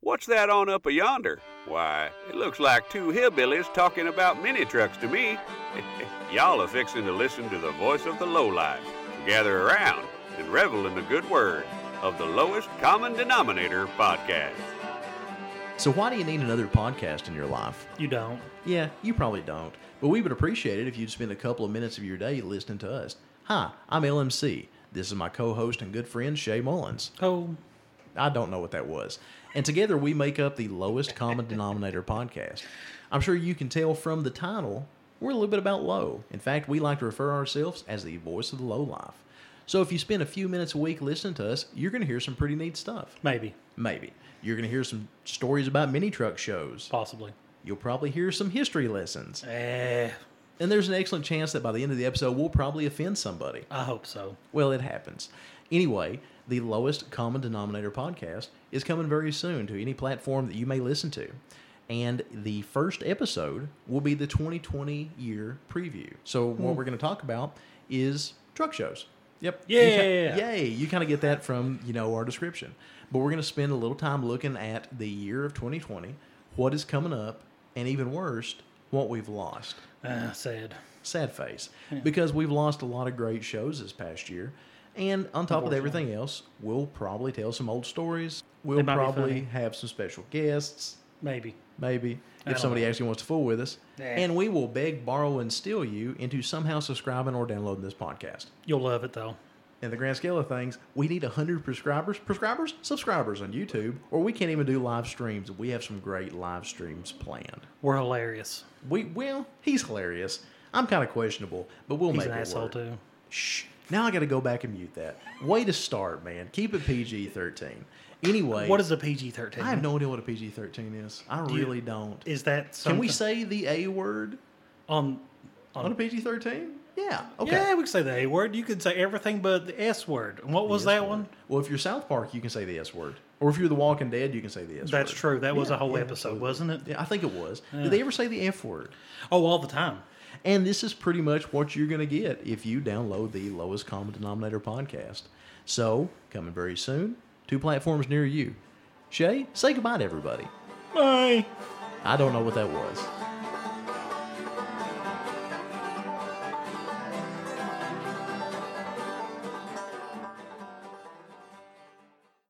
What's that on up a yonder? Why, it looks like two hillbillies talking about mini trucks to me. Y'all are fixing to listen to the voice of the lowlife. Gather around and revel in the good word of the Lowest Common Denominator podcast. So why do you need another podcast in your life? You don't. Yeah, you probably don't. But we would appreciate it if you'd spend a couple of minutes of your day listening to us. Hi, I'm LMC. This is my co-host and good friend Shay Mullins. Oh, I don't know what that was. And together we make up the lowest common denominator podcast. I'm sure you can tell from the title, we're a little bit about low. In fact, we like to refer ourselves as the voice of the low life. So if you spend a few minutes a week listening to us, you're going to hear some pretty neat stuff. maybe, Maybe. You're going to hear some stories about mini truck shows. possibly. You'll probably hear some history lessons. Eh, And there's an excellent chance that by the end of the episode, we'll probably offend somebody. I hope so. Well, it happens. Anyway, the lowest common denominator podcast is coming very soon to any platform that you may listen to. And the first episode will be the 2020 year preview. So, what Hmm. we're going to talk about is truck shows. Yep. You ki- Yeah. yay. You kind of get that from, you know, our description. But we're going to spend a little time looking at the year of 2020, what is coming up, and even worse, what we've lost Ah, sad. sad face because we've lost a lot of great shows this past year. And on top of everything else, we'll probably tell some old stories. We'll might be probably funny. have some special guests, Maybe. maybe, I if don't somebody know. actually wants to fool with us. Nah. And we will beg, borrow, and steal you into somehow subscribing or downloading this podcast. You'll love it though. In the grand scale of things, we need 100 prescribers, prescribers, subscribers on YouTube, or we can't even do live streams. We have some great live streams planned. We're hilarious. We, well, he's hilarious. I'm kind of questionable, but we'll He's make an it asshole work. too. Shh. Now I got to go back and mute that. Way to start, man. Keep it PG 13. Anyway, What is a PG thirteen? I have no idea what a PG 13 is. I you- really don't. Is that Can we something- say the A word on? on a PG 13? Yeah. Okay. Yeah, we can say the A word. You can say everything but the S word. And what was The S that word. one? Well, if you're South Park, you can say the S word. Or if you're The Walking Dead, you can say the S word. That's true. That was Yeah, a whole yeah, episode, absolutely. wasn't it? Yeah, I think it was. Did they ever say the F word? Oh, all the time. And this is pretty much what you're going to get if you download the Lowest Common Denominator podcast. So, coming very soon, two platforms near you. Shay, say goodbye to everybody. Bye. I don't know what that was.